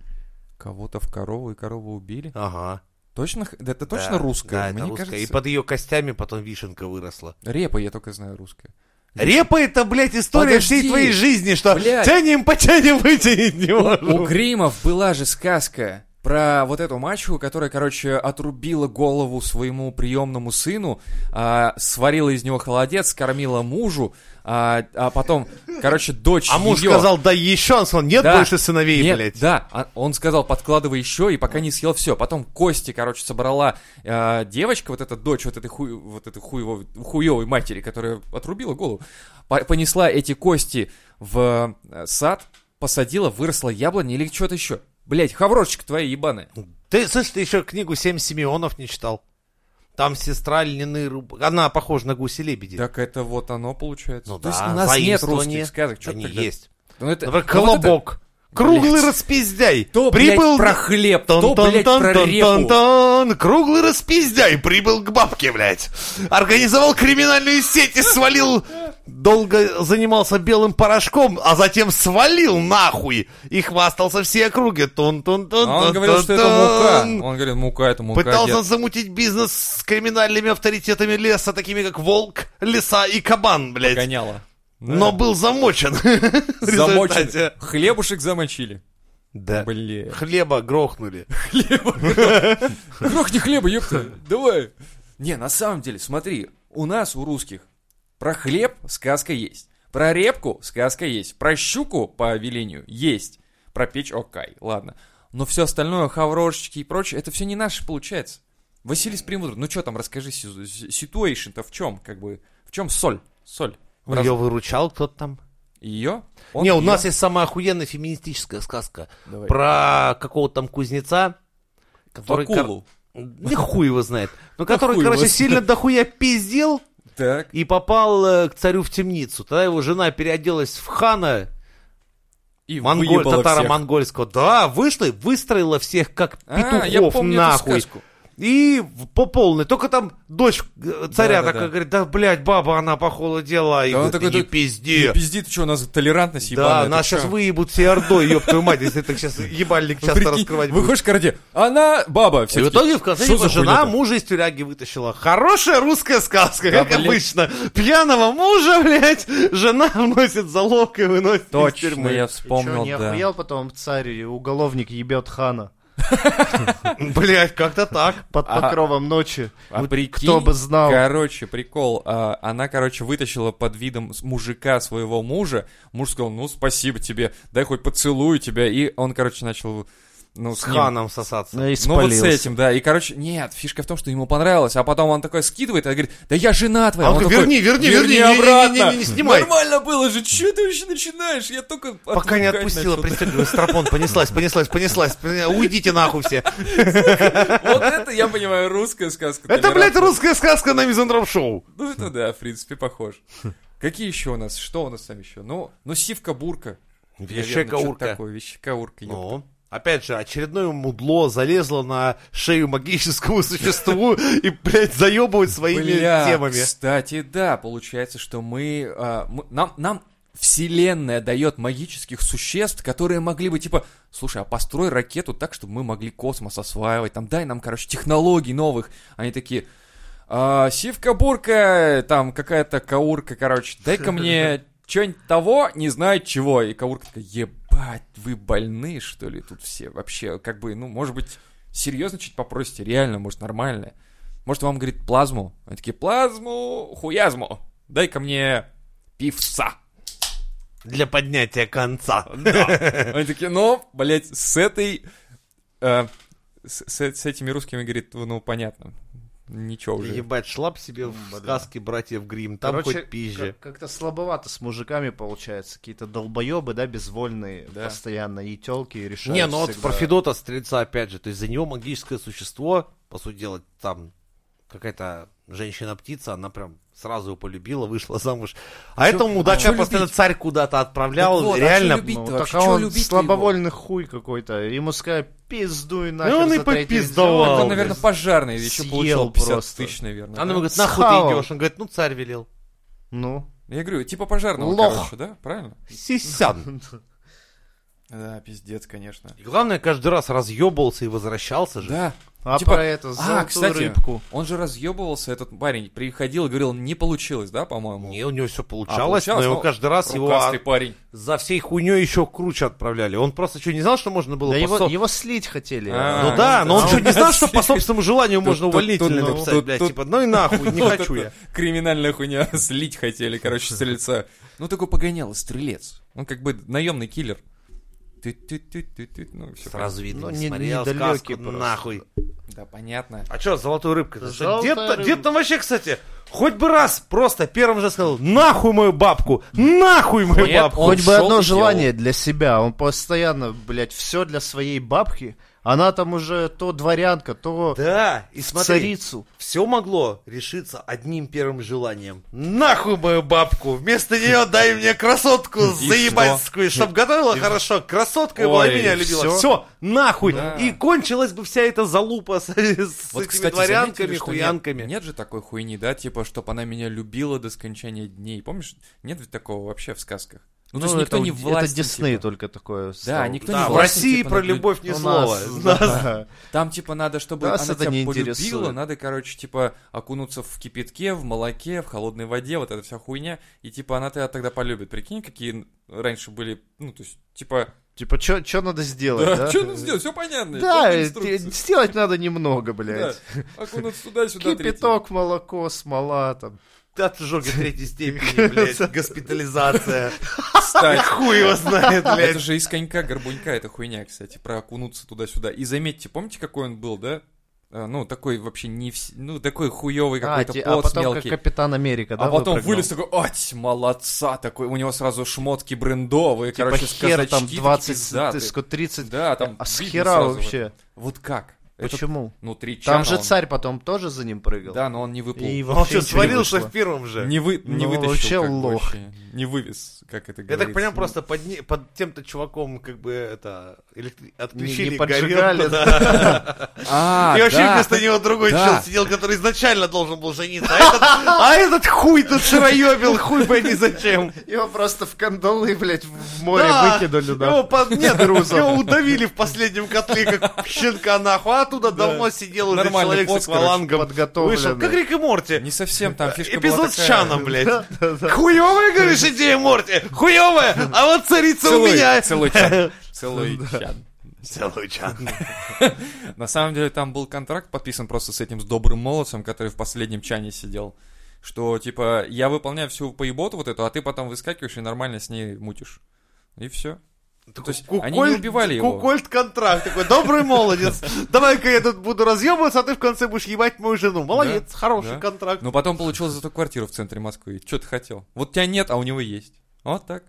C: Кого-то в корову и корову убили.
A: Ага.
C: Точно? х- Да это точно
A: Да,
C: русская?
A: Да, это
C: Мне
A: русская.
C: кажется.
A: И под ее костями потом вишенка выросла.
C: Репа я только знаю русская.
A: Репа это, блядь, история
C: Подожди.
A: всей твоей жизни, что
C: Блядь.
A: тянем, потянем, вытянем не
C: У
A: можем.
C: Гримов была же сказка про вот эту мачеху, которая, короче, отрубила голову своему приемному сыну, а, сварила из него холодец, кормила мужу, а, а потом, короче, дочь
A: А муж
C: её-
A: сказал, да еще, он сказал, нет
C: Да.
A: больше сыновей,
C: Нет,
A: блядь.
C: Да, а он сказал, подкладывай еще, и пока не съел все. Потом кости, короче, собрала э, девочка, вот эта дочь вот этой, ху... вот этой хуевой, хуевой матери, которая отрубила голову, по- понесла эти кости в э, сад, посадила, выросла яблоня или что-то еще. Блять, хаврошечка твоя ебаная.
A: Ты, слышь, ты еще книгу «Семь Симеонов» не читал? Там сестра льняны руб... Она похожа на гуси-лебеди.
C: Так это вот оно получается.
A: Ну
C: То есть
A: да,
C: у нас нет
A: заимствование.
C: русских сказок. Чё
A: Они
C: тогда?
A: есть.
C: Ну это-
A: Например,
C: ну вот это-
A: «Колобок». Круглый
C: Блядь.
A: распиздяй.
C: То, блядь,
A: прибыл...
C: про хлеб, то,
A: Тон-тон-тон,
C: блядь, про репу.
A: тон-тон. Круглый распиздяй прибыл к бабке, блядь. Организовал криминальную сеть и свалил. Долго занимался белым порошком, а затем свалил нахуй и хвастался все округе. Тон-тон-тон.
C: А он говорил, что это мука. Он говорил, мука это мука.
A: Пытался
C: дед.
A: замутить бизнес с криминальными авторитетами леса, такими как волк, лиса и кабан, блядь.
C: Гоняла.
A: Но был замочен. в
C: Замочили.
A: результате.
C: Хлебушек замочили.
A: Да.
C: Блин.
A: Хлеба грохнули.
C: Грохни хлеба, ёпта. Давай. Не, на самом деле, смотри, у нас, у русских, про хлеб сказка есть. Про репку сказка есть. Про щуку, по велению, есть. Про печь, окей, ладно. Но все остальное, хаврошечки и прочее, это все не наше получается. Василий Премудрый, ну что там, расскажи, ситуэйшн-то в чем, как бы, в чем соль? Соль.
A: Ее выручал кто-то там.
C: Ее?
A: Ну, не, у нас есть самая охуенная феминистическая сказка
C: Давай.
A: про какого-то там кузнеца, который...
C: Акулу.
A: кор- Да хуй его знает. Но который,
C: хуй его
A: короче,
C: знает.
A: сильно дохуя пиздел
C: Так.
A: и попал э, к царю в темницу. Тогда его жена переоделась в хана,
C: И
A: монголь,
C: выебала всех.
A: татаро-монгольского. Да, вышла и выстроила всех как петухов
C: А, я помню эту
A: нахуй.
C: сказку.
A: И в- по полной. Только там дочь э, царя
C: Да-да-да.
A: такая говорит, да, блядь, баба, она похолодела. И
C: Да он
A: говорит, «Ты
C: такой,
A: не
C: да,
A: пизди.
C: Не пизди, ты что, у нас толерантность ебаная.
A: Да, нас сейчас выебут всей ордой, ёб твою мать, если так сейчас ебальник часто раскрывать будет.
C: Выходишь к карате, она баба.
A: И
C: Все
A: в итоге в конце
C: «Что
A: типа,
C: за
A: жена
C: хуйня-то?»
A: мужа из тюряги вытащила. Хорошая русская сказка,
C: Да,
A: как
C: блядь.
A: обычно. Пьяного мужа, блядь, жена вносит залог и выносит из
C: Точно,
A: тюрьмы.
C: я
B: Ты чё,
C: вспомнил,
B: не
C: да.
B: охуел потом царь, и уголовник ебет хана?
A: Блядь, как-то так.
B: Под
C: А-
B: покровом ночи.
C: А
B: Вот
C: прикинь,
B: Кто бы знал.
C: Короче, прикол. а, она, короче, вытащила под видом с- мужика своего мужа. Муж сказал, ну, спасибо тебе, дай хоть поцелую тебя. И он, короче, начал... Ну,
A: С
C: ним-
A: ханом сосаться.
B: Ну и
C: Ну, вот с
B: спалился.
C: этим, да. И, короче, нет, фишка в том, что ему понравилось. А потом он такой скидывает, а говорит, да я жена твоя.
A: А он такой, «Верни, верни, верни, не- не- не-
C: обратно.
A: не- не- не снимай».
C: Нормально было же, что ты вообще начинаешь? Я только
A: Пока не
C: отвлекать
A: отпустила,
C: начал».
A: пристегиваю стропон, понеслась, понеслась, понеслась. Уйдите нахуй все.
C: Вот это, я понимаю, русская сказка.
A: Это, блядь,
C: толерантная.
A: русская сказка на Мизантроп Шоу.
C: Ну, это да, в принципе, похож. Какие еще у нас? Что у нас там еще? Ну, ну сивка-бурка. Наверное, что-то
A: Вещекаурка.
C: такое, вещекаурка. ёпта.
A: Ну, опять же, очередное мудло залезло на шею магическому существу и, блядь, заебывает своими
C: Бля,
A: темами.
C: Кстати, да, получается, что мы, а, мы- нам, нам вселенная дает магических существ, которые могли бы типа, слушай, а построй ракету так, чтобы мы могли космос осваивать, там дай нам, короче, технологий новых. Они такие. «А, Сивка-бурка, там какая-то каурка, короче, дай-ка мне что-нибудь того, не знаю чего. И каурка такая, ебать, вы больны, что ли, тут все вообще, как бы, ну, может быть, серьезно чуть попросите, реально, может, нормальное. Может, вам, говорит, плазму? Они такие, плазму, хуязму, дай-ка мне пивца.
A: Для поднятия конца.
C: Они такие, ну, блядь, с этой... э, с, с- с этими русскими, говорит, ну, понятно. Ничего уже.
A: Ебать, шлап себе в сказке братьев Грим, там хоть пизже.
B: как- как-то слабовато с мужиками получается. Какие-то долбоебы, да, безвольные
C: Да.
B: постоянно, и телки, и решают
A: Не, ну вот
B: всегда.
A: Профидота Стрельца, опять же, то есть за него магическое существо, по сути дела, там какая-то женщина-птица, она прям сразу его полюбила, вышла замуж. А
C: Чё-
A: этому,
C: а
A: да,
C: чё
A: тебя постоянно
C: любить?
A: царь куда-то отправлял,
C: Так вот, а чё
A: реально.
C: любить?
B: Ну,
C: Ты
B: так
C: вообще
B: а
C: чё
B: он
C: любить-то
B: слабовольный хуй какой-то. Ему сказали, пиздуй нахер.
A: он и
B: за третий
A: попиздовал.
B: день».
C: Так
A: Вау,
C: он, наверное, пожарный еще
B: съел
C: получил 50
B: просто.
C: тысяч, наверное.
A: Она
C: да?
A: ему говорит, нахуй ты
B: Схавал.
A: идешь? Он говорит, ну царь велел.
B: Ну,
C: Я говорю, типа пожарного,
B: Лох.
C: короче, да? Правильно?
A: Сисян.
C: Да, пиздец, конечно.
A: И главное, каждый раз разъебывался и возвращался же.
C: Да.
B: а
C: Типа,
B: про это,
C: А,
B: золотую
C: кстати,
B: рыбку.
C: он же разъебывался, этот парень, приходил и говорил, не получилось, да, по-моему?
A: Не, у него все получалось, но
C: получалось,
A: его
C: ну,
A: каждый раз его
C: Рукастый парень.
A: а, за всей хуйней еще круче отправляли. Он просто что, не знал, что можно было
B: Да
A: по
B: его,
A: со-
B: его слить хотели.
C: А,
A: Ну да, но
C: а
A: он что,
C: он
A: не знал, что
C: слишком-
A: по собственному желанию можно
C: тут-
A: увольнительный
C: тут-
A: написать,
C: тут-
A: блядь,
C: тут-
A: типа, ну и нахуй, не
C: Вот
A: хочу я.
C: это Криминальная хуйня. Слить хотели, короче, стрельца. Ну, такой погонял стрелец. Он как бы наемный киллер. Ты-ты-ты-ты-ты. Ну, все.
A: Сразу видно,
B: Ну,
A: не
B: не-
A: смотрел
B: недалекий
A: сказку,
B: просто.
A: нахуй.
C: Да, понятно.
A: А что, золотой рыбка?
B: Золотая
A: Дед,
B: рыбка.
A: дед там вообще, кстати, хоть бы раз просто первым же сказал, нахуй мою бабку, нахуй мою
C: Нет,
A: бабку.
C: он
B: Хоть бы
C: шел и
B: одно
C: делал.
B: желание для себя. Он постоянно, блядь, все для своей бабки. Она там уже то дворянка, то
A: Да, и смотри,
B: царицу.
A: все могло решиться одним первым желанием. Нахуй мою бабку, вместо нее дай мне красотку заебальскую, чтоб готовила хорошо, красотка была и
B: Ой,
A: меня любила.
B: всё.
A: Все, нахуй.
C: Да.
A: И кончилась бы вся эта залупа с, с
C: Вот,
A: этими
C: кстати,
A: дворянками,
C: заметили, что нет-
A: хуянками.
C: Нет, же такой хуйни, да, типа, чтоб она меня любила до скончания дней. Помнишь, нет ведь такого вообще в сказках. Ну, то есть никто
B: это,
C: не
B: у-
C: властен.
B: Это Дисней
C: типа.
B: только такое.
C: Да,
B: стало.
C: никто не
A: Да, в
C: властен,
A: России
C: типа,
A: про
C: над людь-
A: любовь ни
B: У
A: слова.
B: нас,
A: Нас-
B: да.
C: Там, типа, надо, чтобы
B: Нас
C: она
B: это
C: тебя
B: не
C: полюбила,
B: интересует.
C: надо, короче, типа, окунуться в кипятке, в молоке, в холодной воде, вот эта вся хуйня, и, типа, она тебя тогда полюбит. Прикинь, какие раньше были, ну, то есть, типа,
B: Типа, что надо сделать, да?
C: да, что надо сделать, все понятно.
B: Да,
C: только
B: э,
C: инструкции.
B: те- сделать надо немного, блядь.
C: Да, окунуться туда-сюда.
B: Кипяток, молоко, смола там.
A: От ожоги третьей степени, блядь, госпитализация.
C: третий. Встать.
A: Хуй его знает,
C: Это
A: блядь.
C: же из конька горбунька, эта хуйня, кстати, про окунуться туда-сюда. И заметьте, помните, какой он был, да? А, Ну, такой вообще не... вс- Ну, такой хуёвый
B: А,
C: какой-то
B: те-
C: плод
B: а потом как
C: мелкий.
B: Капитан Америка, да?
C: а потом
B: выпрыгнул?
C: вылез такой, ать, молодца такой. У него сразу шмотки брендовые,
B: Типа
C: короче,
B: хер
C: казачки
B: там
C: такие
B: 20,
C: пиздатые.
B: ско- 30.
C: Да, там
B: А с
C: видно
B: хера
C: сразу
B: вообще?
C: вот. Вот как? Это,
B: Почему?
C: ну, три
B: Там
C: чана
B: же
C: он-
B: царь потом тоже за ним прыгал.
C: Да, но он не выплыл.
B: И
A: Он
B: вообще
A: что,
B: ничего не
A: свалился
B: вышло.
A: в первом же?
C: Не, вы, не
B: Ну,
C: вытащил.
B: вообще
C: как бы,
B: лох.
C: вообще. Не вывез, как это
A: Я
C: говорится.
A: так понимаю,
C: Ну,
A: просто под, не- под тем-то чуваком как бы это электри- отключили
B: не поджигали,
A: горелку, да.
C: А,
A: И вообще
C: да.
A: вместо него другой
C: Да.
A: чел сидел, который изначально должен был жениться. А этот, а этот хуй тут шароебил, хуй пойми зачем.
B: Его просто в кандалы, блядь, в море
A: Да.
B: выкинули, да.
A: Его, под- нет, его удавили в последнем котле, как щенка нахуй. А оттуда давно сидел уже
C: Нормальный
A: человек
C: пост,
A: с аквалангом.
B: подготовленный.
A: Вышел, как Рик и Морти.
C: Не совсем там фишка была
A: Эпизод с
C: такая.
A: Чаном, блядь.
B: Да-да-да.
A: Хуевая, говоришь, идея Морти? Хуевая! А вот царица
C: целый,
A: у меня!
C: Целый чан. Целый чан.
A: Целый чан.
C: На самом деле там был контракт подписан просто с этим с добрым молодцем, который в последнем чане сидел. Что типа я выполняю всю поеботу вот эту, а ты потом выскакиваешь и нормально с ней мутишь. И все. То есть они не убивали его.
A: Кукольт контракт такой, добрый молодец. Давай-ка я тут буду разъебываться, а ты в конце будешь ебать мою жену. Молодец, хороший
C: да. Ну.
A: контракт.
C: Но потом получил зато квартиру в центре Москвы. Че ты хотел? Вот тебя нет, а у него есть. Вот так.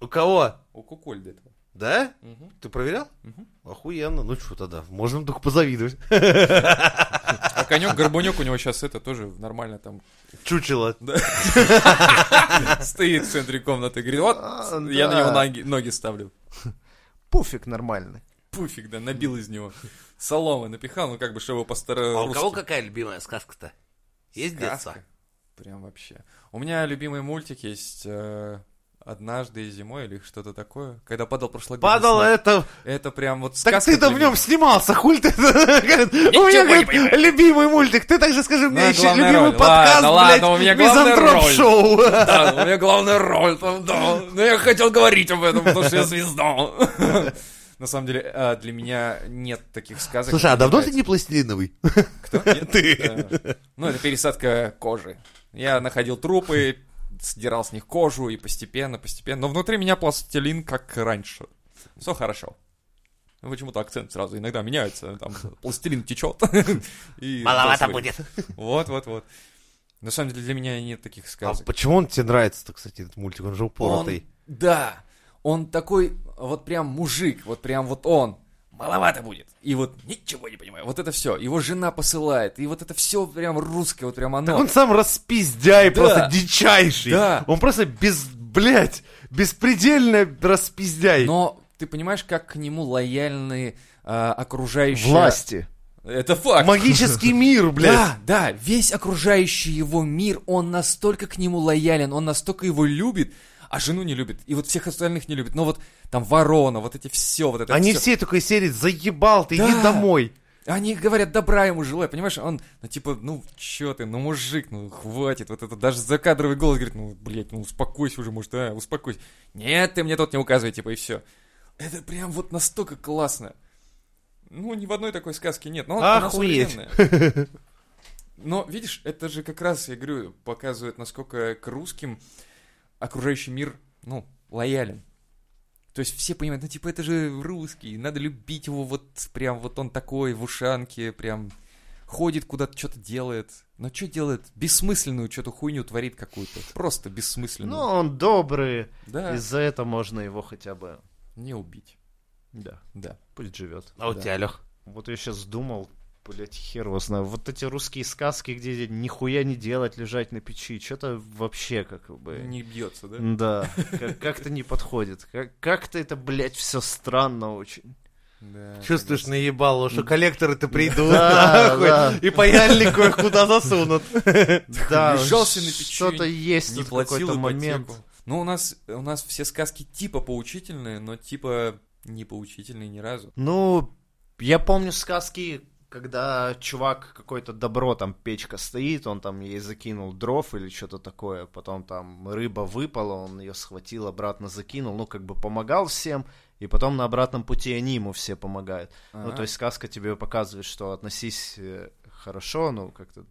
A: У кого?
C: У Кукольда этого.
A: Да?
C: Мгм.
A: Ты проверял?
C: Мгм.
A: Охуенно. Ну что тогда? Можем только позавидовать.
C: А конек горбунек у него сейчас это тоже нормально там
A: Чучело.
C: стоит в центре комнаты. Говорит, вот
B: А,
C: я на
B: да.
C: него ноги, ноги ставлю.
B: Пуфик нормальный.
C: Пуфик, да, набил из него. Соломы напихал, ну как бы, чтобы по-старому.
A: какая любимая сказка-то? Есть
C: Сказка. Прям вообще. У меня любимый мультик есть э, «Однажды зимой» или что-то такое. Когда падал прошлогодний
A: Падал
C: снег.
A: это...
C: Это прям вот
A: Так
C: сказка
A: ты-то
C: для
A: в нем
C: меня.
A: снимался, хуль ты... Говорит, У меня,
C: не
A: говорит, любимый мультик. Ты также скажи мне
C: Да,
A: еще
C: главная
A: любимый
C: роль.
A: подкаст,
C: Ладно, ладно, у меня
A: блядь,
C: главная
A: мизантроп
C: роль.
A: шоу.
C: Да, Ну, у меня главная роль там, да. Но я хотел говорить об этом, потому что я звезда. На самом деле, э, для меня нет таких сказок.
A: Слушай, а
C: Мне
A: давно ты
C: нравится.
A: не пластилиновый?
C: Кто? Нет? Да. Ну, это пересадка кожи. Я находил трупы, сдирал с них кожу и постепенно, постепенно. Но внутри меня пластилин, как раньше. Все хорошо. Ну, Почему-то акцент сразу иногда меняется. Там пластилин течет. И
A: Маловато
C: голосует.
A: будет.
C: Вот, вот, вот. На самом деле для меня нет таких
A: А
C: сказок.
A: почему он тебе нравится-то, кстати, этот мультик? Он же упоротый.
C: Он, да, он такой вот прям мужик, вот прям вот он. Маловато будет. И вот ничего не понимаю. Вот это все. Его жена посылает. И вот это все прям русское, вот прям оно.
A: Так он сам распиздяй,
C: Да.
A: просто дичайший.
C: Да.
A: Он просто без, блядь, беспредельно распиздяй.
C: Но ты понимаешь, как к нему лояльны э, окружающие...
B: Власти.
C: Это факт.
A: Магический мир, блядь.
C: Да, да, весь окружающий его мир, он настолько к нему лоялен, он настолько его любит, а жену не любит, и вот всех остальных не любит. Но вот там ворона, вот эти все, вот это
A: Они
C: всё.
A: все такой серии, заебал ты, иди
C: Да.
A: домой.
C: Они говорят, добра ему желаю, понимаешь? Он, ну, типа, ну, чё ты, ну, мужик, ну, хватит. Вот это даже закадровый голос говорит, ну, блядь, ну, успокойся уже, может, а, успокойся. Нет, ты мне тут не указывай, типа, и все. Это прям вот настолько классно. Ну, ни в одной такой сказке нет, но она
A: Охуеть.
C: современная. Но, видишь, это же как раз, я говорю, показывает, насколько к русским окружающий мир, ну, лоялен. То есть все понимают, ну типа это же русский, надо любить его вот прям вот он такой в ушанке, прям ходит куда-то, что-то делает. Но что делает? Бессмысленную что-то хуйню творит какую-то. Просто
B: Ну,
C: бессмысленную.
B: он добрый.
C: да,
B: Из-за этого можно его хотя бы...
C: не убить.
B: Да,
C: Да.
B: пусть живет.
A: А у
C: Да.
A: тебя, Лех?
B: Вот я сейчас думал, блять, хер его знаю. Вот эти русские сказки, где нихуя не делать, лежать на печи, что-то вообще как бы...
C: Не бьется, да?
B: Да, как- как-то не подходит. Как- Как-то это, блядь, все странно очень.
C: Да.
A: Чувствуешь, наебало, что коллекторы-то придут,
B: Да,
A: нахуй,
B: да.
A: и паяльник кое-куда засунут.
B: Да,
C: лежал себе на печи,
B: что-то есть
C: не
B: тут
C: платил
B: какой-то
C: ипотеку.
B: момент.
C: Ну, у нас, у нас все сказки типа поучительные, но типа не поучительные ни разу.
B: Ну, я помню сказки, когда чувак какое-то добро, там печка стоит, он там ей закинул дров или что-то такое, потом там рыба выпала, он ее схватил, обратно закинул, ну, как бы помогал всем, и потом на обратном пути они ему все помогают. Ну,
C: Ага.
B: то есть сказка тебе показывает, что относись э, хорошо, ну, как-то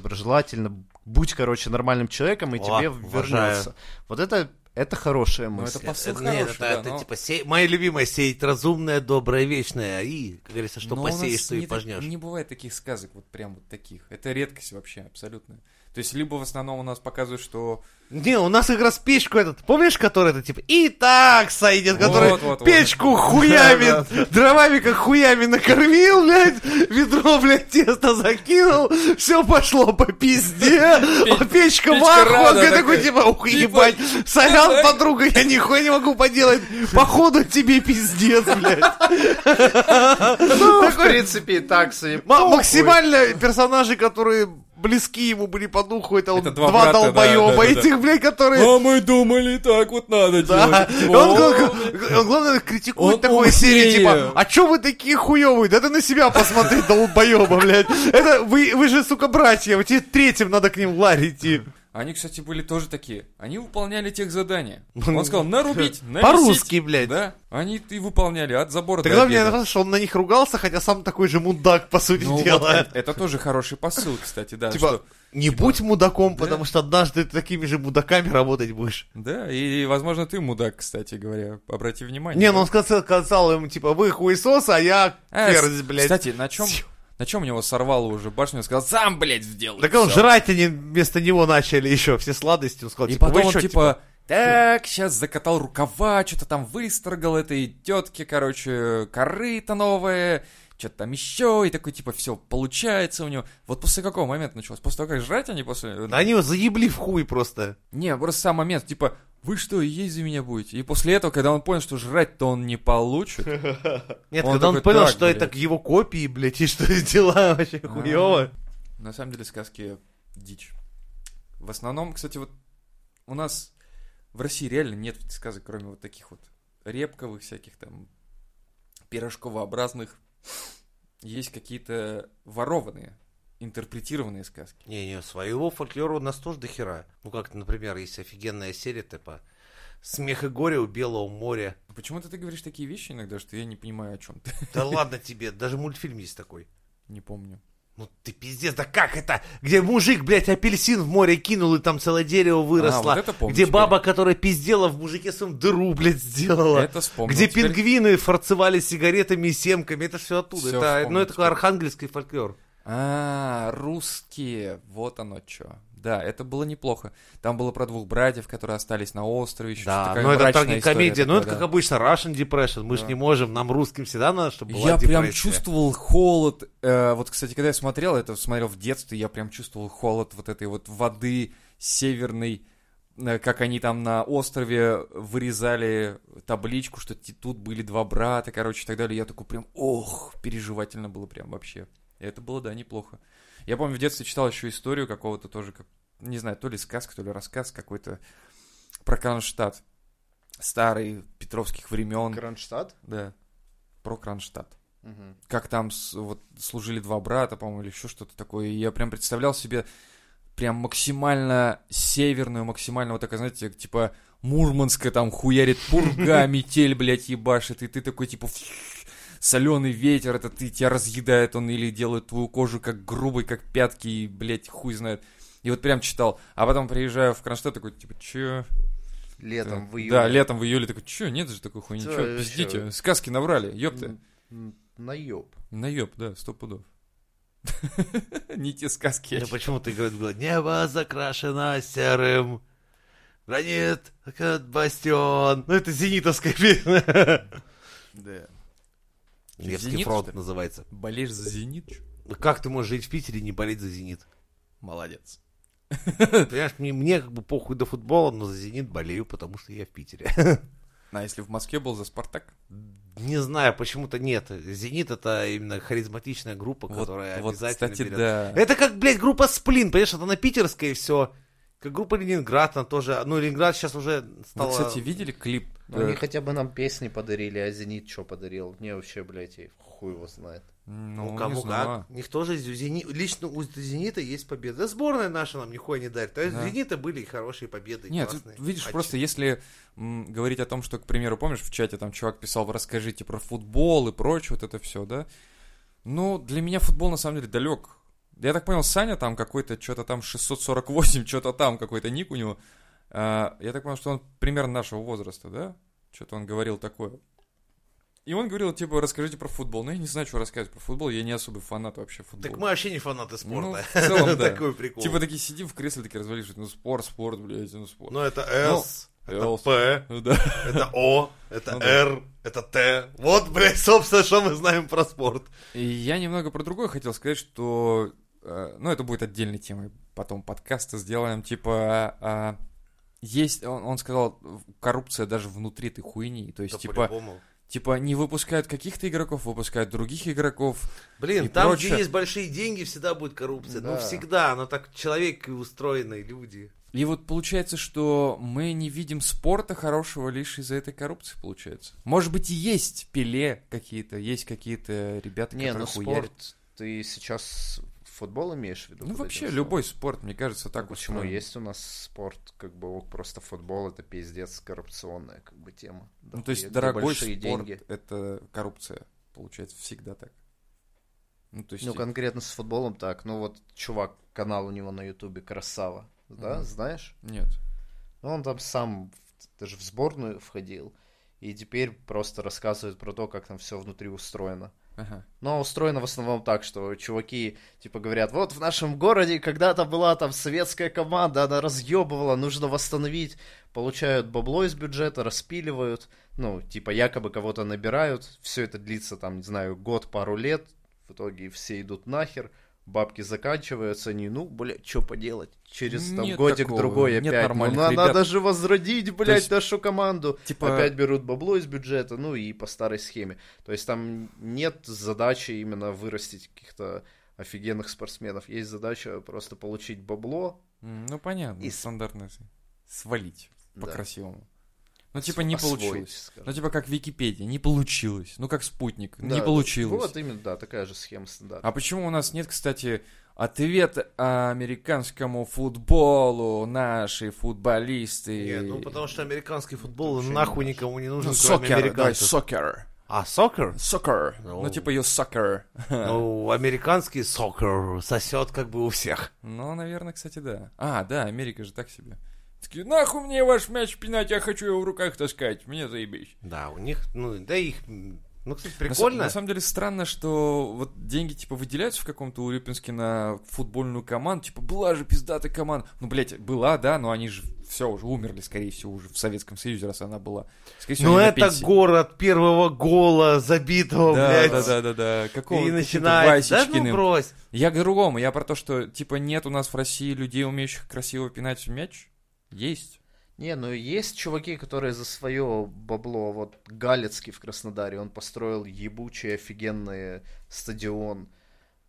B: доброжелательно, будь, короче, нормальным человеком, и
A: О,
B: тебе
A: уважаю.
B: вернется. Вот это, это хорошая
C: Ну,
B: мысль.
C: это посыл
A: Это- нет,
C: хороший,
A: это-
C: да,
A: это
C: но-
A: типа сей- Моя любимая сеять разумное, доброе, вечное. И, как говорится, что
C: Но у нас
A: посеешь, то и
C: не так-
A: пожнешь.
C: Не бывает таких сказок, вот прям вот таких. Это редкость вообще, абсолютно. То есть, либо в основном у нас показывают, что...
A: Не, у нас игра с печку этот, помнишь, который это типа и так сойдет,
C: Вот,
A: который
C: вот, вот.
A: печку хуями, дровами как хуями накормил, блядь, ведро, блядь, тесто закинул, все пошло по пизде, а печка в
C: печка
A: ахуе, он
C: рада
A: такой,
C: такая.
A: типа, ух,
C: Типа,
A: ебать, сорян,
C: давай».
A: подруга, я нихуя не могу поделать, походу тебе пиздец, блядь.
B: Ну, в принципе, и так себе.
A: Ма- Максимально персонажи, которые близки ему были по духу, это, вот
C: Это
A: два,
C: два
A: два
C: брата, да,
A: долбоеба
C: да, да, да.
A: этих, блядь, которые...
C: А мы думали, так вот надо
A: Да.
C: делать.
A: Он,
C: О,
A: главное- он, главное, критикует
C: Он
A: такой серии,
C: умнее.
A: типа, а чё вы такие хуёвые? Да ты на себя посмотри, долбоёба, блядь. Это вы, вы же, сука, братья, вот тебе третьим надо к ним в ларь идти.
C: Они, кстати, были тоже такие. Они выполняли тех задания. Он сказал, нарубить, намесить.
A: Ну, По-русски, блядь.
C: Да, они и выполняли от забора
A: Тогда
C: до
A: мне
C: обеда.
A: нравится, что он на них ругался, хотя сам такой же мудак, по сути
C: Ну, вот
A: дела.
C: это, это тоже хороший посыл, кстати, да.
A: Типа,
C: что-
A: не будь мудаком,
C: Да.
A: потому что однажды ты такими же мудаками работать будешь.
C: да, и, возможно, ты мудак, кстати говоря, обрати внимание.
A: Не,
C: Да.
A: ну он сказал, сказал им, типа, вы хуесос, а я
C: А, с-
A: перец, блядь.
C: Кстати, на чем, на чем у него сорвало уже башню? Он сказал, сам, блядь, сделал.
A: Так он жрать они вместо него начали еще все сладости. Он сказал,
C: И
A: типа,
C: потом
A: «Вы
C: он
A: чё,
C: типа, так, сейчас закатал рукава, что-то там выстрогал этой тетке, короче, корыто новое, что-то там еще, и такой, типа, все получается у него. Вот после какого момента началось? После того, как жрать они после...
A: Да Они его заебли в хуй просто.
C: Не, просто сам момент, типа, вы что, и есть за меня будете? И после этого, когда он понял, что жрать-то он не получит,
A: Нет,
C: Он
A: когда он
C: такой,
A: понял,
C: «Так,
A: что это
C: блядь».
A: к его копии, блядь, и что дела вообще хуёво.
C: На самом деле сказки дичь. В основном, кстати, вот у нас в России реально нет сказок, кроме вот таких вот репковых всяких там пирожковообразных. Есть какие-то ворованные, интерпретированные сказки.
A: Не-не, своего фольклора у нас тоже до хера. Ну как, например, есть офигенная серия, типа, Смех и горе у Белого моря.
C: Почему-то ты говоришь такие вещи иногда, что я не понимаю, о чем ты.
A: Да ладно тебе, даже мультфильм есть такой.
C: Не помню.
A: Ну ты пиздец, да как это? Где мужик, блядь, апельсин в море кинул, и там целое дерево выросло.
C: А, вот это помню
A: Где
C: теперь.
A: баба, которая пиздела в мужике своем дыру, блядь, сделала.
C: Это вспомнил.
A: Где
C: А Теперь-
A: пингвины фарцевали сигаретами и семками. Это все оттуда.
C: Всё
A: это,
C: вспомнил
A: ну, это такой
C: теперь.
A: архангельский фольклор.
C: А, русские. Вот оно что. Да, это было неплохо. Там было про двух братьев, которые остались на острове. ещё что-то такая
A: ну это
C: мрачная история
A: трагикомедия. Ну это
C: такая,
A: как
C: да.
A: обычно, Russian Depression. Мы ж не можем, нам русским всегда надо, чтобы была
C: Я прям
A: депрессия.
C: чувствовал холод. э, вот, кстати, когда я смотрел, это смотрел в детстве, я прям чувствовал холод вот этой вот воды северной, э, как они там на острове вырезали табличку, что ти- тут были два брата, короче, и так далее. Я такой прям, ох, переживательно было прям вообще. И это было, да, неплохо. Я помню, в детстве читал еще историю какого-то тоже, как, не знаю, то ли сказка, то ли рассказ какой-то про Кронштадт. Старый, петровских времен.
B: Кронштадт?
C: Да. Про Кронштадт как там с- вот служили два брата, по-моему, или еще что-то такое. И я прям представлял себе прям максимально северную, максимально вот такая, знаете, типа Мурманская там хуярит пурга, метель, блядь, ебашит, и ты такой, типа, соленый ветер, это ты, тебя разъедает он или делает твою кожу как грубой, как пятки, и, блядь, хуй знает. И вот прям читал. А потом приезжаю в Кронштадт, такой, типа, чё?
B: Летом, в июле.
C: Э, Да, летом в июле, такой, чё, нет же такой хуйни,
B: Да,
C: чё,
B: и
C: пиздите,
B: чё?
C: сказки наврали, ёпта.
B: Наеб.
C: Наеб, да, сто пудов. Не те сказки.
A: Ну почему ты говоришь, было, небо закрашено серым, гранит, как бастион. Ну это зенитовская песня.
B: Да.
A: Невский
C: «Зенит»,
A: фронт
C: что ли?
A: называется.
C: Болеешь за «Зенит»? чё?
A: Ну Как ты можешь жить в Питере и не болеть за «Зенит»?
C: Молодец.
A: Понимаешь, мне, мне как бы похуй до футбола, но за «Зенит» болею, потому что я в Питере.
C: А если в Москве был за «Спартак»?
A: Не знаю, почему-то нет. «Зенит» — это именно харизматичная группа, которая
C: вот,
A: обязательно
C: кстати,
A: берет.
C: да.
A: Это как, блядь, группа «Сплин», понимаешь, это на питерская и все. Как группа «Ленинград», она тоже... Ну, «Ленинград» сейчас уже
C: Вы,
A: стала...
C: Ну, кстати, видели клип? э,
B: Ну, Они хотя бы нам песни подарили, а Зенит что подарил? Мне вообще, блядь, и хуй его знает.
C: Ну,
A: Ну,
C: не
A: кому
C: знаю.
A: как. У них тоже из- у «Зени- лично у «Зенита» есть победа. Да сборная наша нам нихуя не дарит. А
C: Да.
A: у «Зенита» были и хорошие победы, и
C: Нет, тут
A: классные А
C: видишь,
A: матчи.
C: просто если м, говорить о том, что, к примеру, помнишь, в чате там чувак писал, «Вы расскажите про футбол и прочее, вот это все, да? Ну, для меня футбол на самом деле далек. Я так понял, Саня там какой-то, что-то там 648, что-то там, какой-то ник у него. А, я так понял, что он примерно нашего возраста, да? Что-то он говорил такое. И он говорил, типа, расскажите про футбол. Ну, я не знаю, что рассказывать про футбол, я не особый фанат вообще футбола.
A: Так мы вообще не фанаты
C: Ну,
A: спорта.
C: в целом, да.
A: Такой прикол.
C: Типа такие сидим в кресле, такие развалившись, ну спорт, спорт, блядь, ну спорт.
A: Ну, это
C: Ну,
A: «С», это
C: «С».
A: «П»,
C: Ну да.
A: это «О», это
C: Ну да.
A: «Р», это «Т». Вот, блядь, собственно, что мы знаем про спорт.
C: И я немного про другое хотел сказать, что... э, ну, это будет отдельной темой. Потом подкасты сделаем, типа... а, есть, он, он сказал, в- коррупция даже внутри этой хуйни. То есть,
A: Да
C: типа,
A: по-любому.
C: типа, не выпускают каких-то игроков, выпускают других игроков.
A: Блин,
C: и
A: там,
C: прочее.
A: где есть большие деньги, всегда будет коррупция. Ну,
B: Да.
A: всегда. Она так человек и устроенные люди.
C: И вот получается, что мы не видим спорта хорошего лишь из-за этой коррупции, получается. Может быть, и есть пеле какие-то, есть какие-то ребята,
B: Не, ну
C: которые хуярят.
B: спорт, ты сейчас футбол имеешь в виду?
C: Ну,
B: под
C: вообще,
B: этим
C: любой спорт, мне кажется, так
B: словом? А Ну, Почему
C: устроен.
B: есть у нас спорт, как бы вот просто футбол это пиздец коррупционная как бы тема.
C: Ну, то есть
B: Где
C: дорогой
B: большие
C: спорт
B: деньги.
C: это коррупция, получается, всегда так. Ну, то есть...
B: Ну, конкретно с футболом так. Ну, вот чувак, канал у него на ютубе Красава, да,
C: Мгм.
B: знаешь?
C: Нет.
B: Ну, он там сам в- даже в сборную входил. И теперь просто рассказывает про то, как там все внутри устроено.
C: Ага.
B: Но устроено в основном так, что чуваки типа говорят, вот в нашем городе когда-то была там советская команда, она разъебывала, нужно восстановить. Получают бабло из бюджета, распиливают, ну, типа якобы кого-то набирают. Все это длится там, не знаю, год, пару лет. В итоге все идут нахер, бабки заканчиваются, они, ну, блядь, что поделать? Через там
C: Нет
B: годик-другой
C: такого, нет
B: опять. Ну,
C: нормальных
B: на-
C: ребят.
B: надо же возродить, блядь,
C: есть-
B: нашу команду.
C: Типа-
B: Опять берут бабло из бюджета, ну и по старой схеме. То есть там нет задачи именно вырастить каких-то офигенных спортсменов. Есть задача просто получить бабло.
C: М, Ну, понятно,
B: И с-
C: стандартно. с- Свалить
B: Да.
C: по-красивому. Ну, типа, не
B: Освоить,
C: получилось.
B: скажем.
C: Ну, типа, как Википедия, не получилось. Ну, как спутник,
B: Да,
C: не получилось.
B: Вот именно, да, такая же схема стандарта.
C: А почему у нас нет, кстати, Ответ американскому футболу наши футболисты.
B: Не, ну потому что американский футбол
C: Вообще
B: нахуй никому не
C: Ну,
B: нужен, кроме
C: сокер, давай,
B: американцев.
C: сокер.
B: А, сокер?
C: Сокер. Ну,
B: Ну.
C: типа ее сокер.
B: Ну, американский сокер сосет как бы у всех.
C: Ну, наверное, кстати, да. А, да, Америка же так себе. Такие, нахуй мне ваш мяч пинать, я хочу его в руках таскать, мне заебись.
B: Да, у них, ну, да их... м, Ну, кстати,
C: На са-
B: прикольно.
C: На, самом деле странно, что вот деньги типа выделяются в каком-то Урюпинске на футбольную команду. Типа, была же пиздатая команда. Ну, блядь, была, да, но они же все уже умерли, скорее всего, уже в Советском Союзе, раз она была. Скорее всего,
B: Ну,
C: они на
B: это
C: пенсии.
B: город первого гола забитого,
C: да,
B: блядь.
C: да, да, да, да. Какого
B: И
C: каким-то
B: начинает, да ну
C: Васечкиным.
B: брось.
C: Я к другому, я про то, что типа нет у нас в России людей, умеющих красиво пинать в мяч. Есть.
B: Не, ну есть чуваки, которые за свое бабло, вот Галицкий в Краснодаре, он построил ебучий офигенный стадион,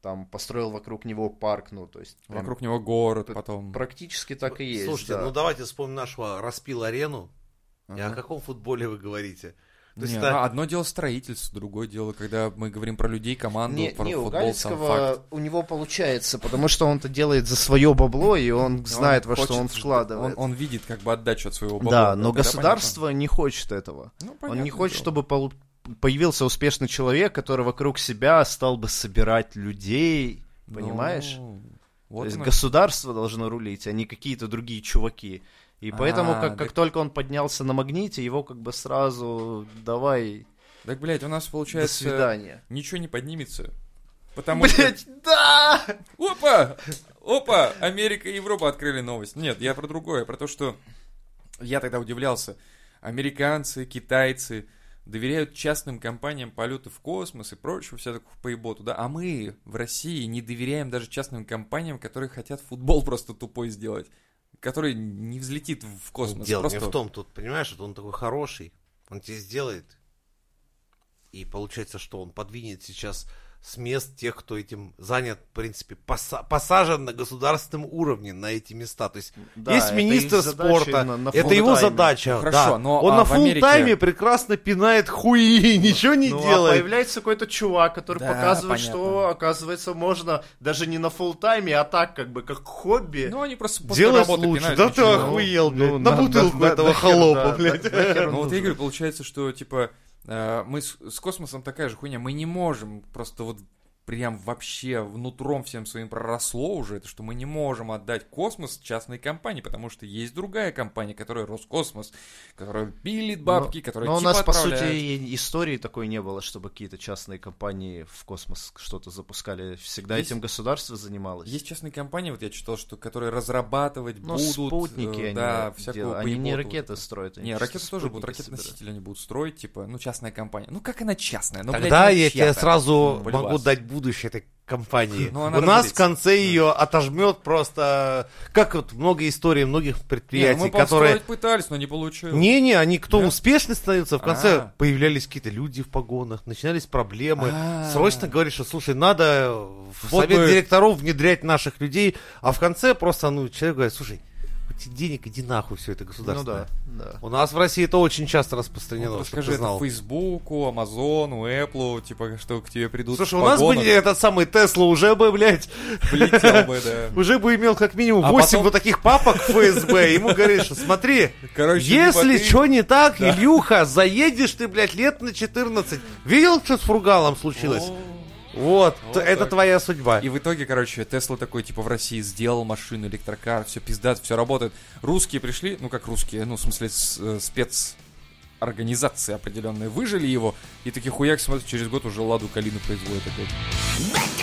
B: там построил вокруг него парк, ну то есть прям
C: Вокруг него город
B: п-
C: потом.
B: практически так и есть.
A: Слушайте,
B: да.
A: ну давайте вспомним нашего Распил Арену. И о
C: Ага.
A: каком футболе вы говорите? То есть
C: Не,
A: это-
C: ну, одно дело строительство, другое дело, когда мы говорим про людей, команду,
B: не,
C: про
B: не, у
C: футбол, сам
B: Галицкого
C: факт.
B: у него получается, потому что он это делает за свое бабло, и он знает, во что
C: Ну, хочет-
B: он вкладывает.
C: Он, он видит как бы отдачу от своего бабла.
B: да, но
C: тогда
B: государство не хочет этого.
C: понятно. Ну,
B: Он не
C: понятное
B: хочет,
C: дело.
B: чтобы полу- появился успешный человек, который вокруг себя стал бы собирать людей,
C: Ну,
B: понимаешь?
C: вот
B: То есть
C: оно.
B: государство должно рулить, а не какие-то другие чуваки. И поэтому,
C: А,
B: как, как
C: так-
B: только он поднялся на магните, его как бы сразу давай
C: Так, блядь, у нас
B: до
C: получается
B: свидания.
C: ничего не поднимется. Потому что...
B: Блять, да!
C: Опа! Опа! Америка и Европа открыли новость. Нет, я про другое, про то, что я тогда удивлялся. Американцы, китайцы доверяют частным компаниям полеты в космос и прочего, вся такую поеботу, да? А мы в России не доверяем даже частным компаниям, которые хотят футбол просто тупой сделать, который не взлетит в космос.
A: Дело
C: просто...
A: не в том, тут, понимаешь, вот он такой хороший, он тебе сделает. И получается, что он подвинет сейчас с мест тех, кто этим занят, в принципе, поса- посажен на государственном уровне на эти места. То есть
B: Да,
A: есть
B: это
A: министр
B: их задача
A: спорта,
B: на- на
A: это его
B: фулл-тайме. Ну,
A: задача.
C: Хорошо,
A: да.
C: но,
A: он
C: а,
A: на
C: в
A: фулл
C: Америке-
A: тайме прекрасно пинает хуи, ничего не
B: Ну, а
A: делает.
B: появляется какой-то чувак, который
C: Да,
B: показывает,
C: понятно.
B: что, оказывается, можно даже не на фулл тайме, а так, как бы, как хобби.
C: Ну, они просто после
A: Делать
C: работы
A: лучше.
C: пинают,
A: Да ты
C: ничего.
A: охуел,
B: Ну,
A: блядь.
B: ну,
A: на
B: на-
A: бутылку
B: на-
A: этого
B: нахер,
A: холопа,
B: да,
A: блядь.
B: нахер
C: Ну вот я
B: нужен.
C: говорю, получается, что типа э, мы с, с космосом такая же хуйня, мы не можем просто вот прям вообще внутром всем своим проросло уже, это что мы не можем отдать космос частной компании, потому что есть другая компания, которая Роскосмос, которая пилит бабки,
B: но,
C: которая
B: Ну, но
C: типа
B: у нас, по
C: отправляет.
B: сути, и- истории такой не было, чтобы какие-то частные компании в космос что-то запускали. Всегда
C: Есть-
B: этим государство занималось.
C: Есть частные компании, вот я читал, что которые разрабатывать
B: но
C: будут,
B: Ну, спутники
C: э,
B: они,
C: да,
B: дел-
C: всякую
B: они не
C: поеботу.
B: ракеты строят. они
C: Не,
B: чисто
C: ракеты тоже будут,
B: спутники собирают.
C: ракеты-носители они будут строить, типа, ну, частная компания. Ну, как она частная? Ну,
A: Тогда
C: блядь, она
A: я тебе
C: чья-то.
A: сразу
C: Ну,
A: могу
C: Боливас.
A: дать будущее этой компании.
C: Ну,
A: У
C: она
A: нас в
C: разорится.
A: конце ее отожмет просто... Как вот много историй многих
C: Не, ну,
A: предприятий,
C: мы
A: которые...
C: построить пытались, но не получилось.
A: Не-не, они кто
C: Да?
A: успешный становится, в конце
C: А.
A: появлялись какие-то люди в погонах, начинались проблемы.
C: А.
A: Срочно говоришь, что, слушай, надо в
C: Вот
A: совет
C: бы-
A: директоров внедрять наших людей, а в конце просто, ну, человек говорит, слушай, у тебя денег, иди нахуй все это
B: Ну
A: государство.
B: да, да.
A: У нас в России это очень часто
C: Ну,
A: распространено, чтобы
C: расскажи
A: ты
C: это
A: знал.
C: Фейсбуку, Амазону, Эпплу, типа, что к тебе придут
A: Слушай,
C: в
A: у нас бы
C: погонах,
A: не- этот самый Тесла уже бы, блядь,
C: влетел бы, да.
A: уже бы имел как минимум
C: А
A: 8
C: потом-
A: вот таких папок в ФСБ. Ему говоришь, смотри,
C: Короче,
A: если
C: либо ты-
A: что не так,
C: Да.
A: Ильюха, заедешь ты, блядь, лет на 14. Видел, что с фругалом случилось? Вот,
C: Вот
A: т- это
C: так.
A: твоя судьба.
C: И в итоге, короче, Тесла такой, типа, в России сделал машину, электрокар, все пиздат, все работает. Русские пришли, ну как русские, ну в смысле с- э, спецорганизации определенные, выжили его, и такие хуяк смотрят, через год уже Ладу Калину производят опять.
D: Make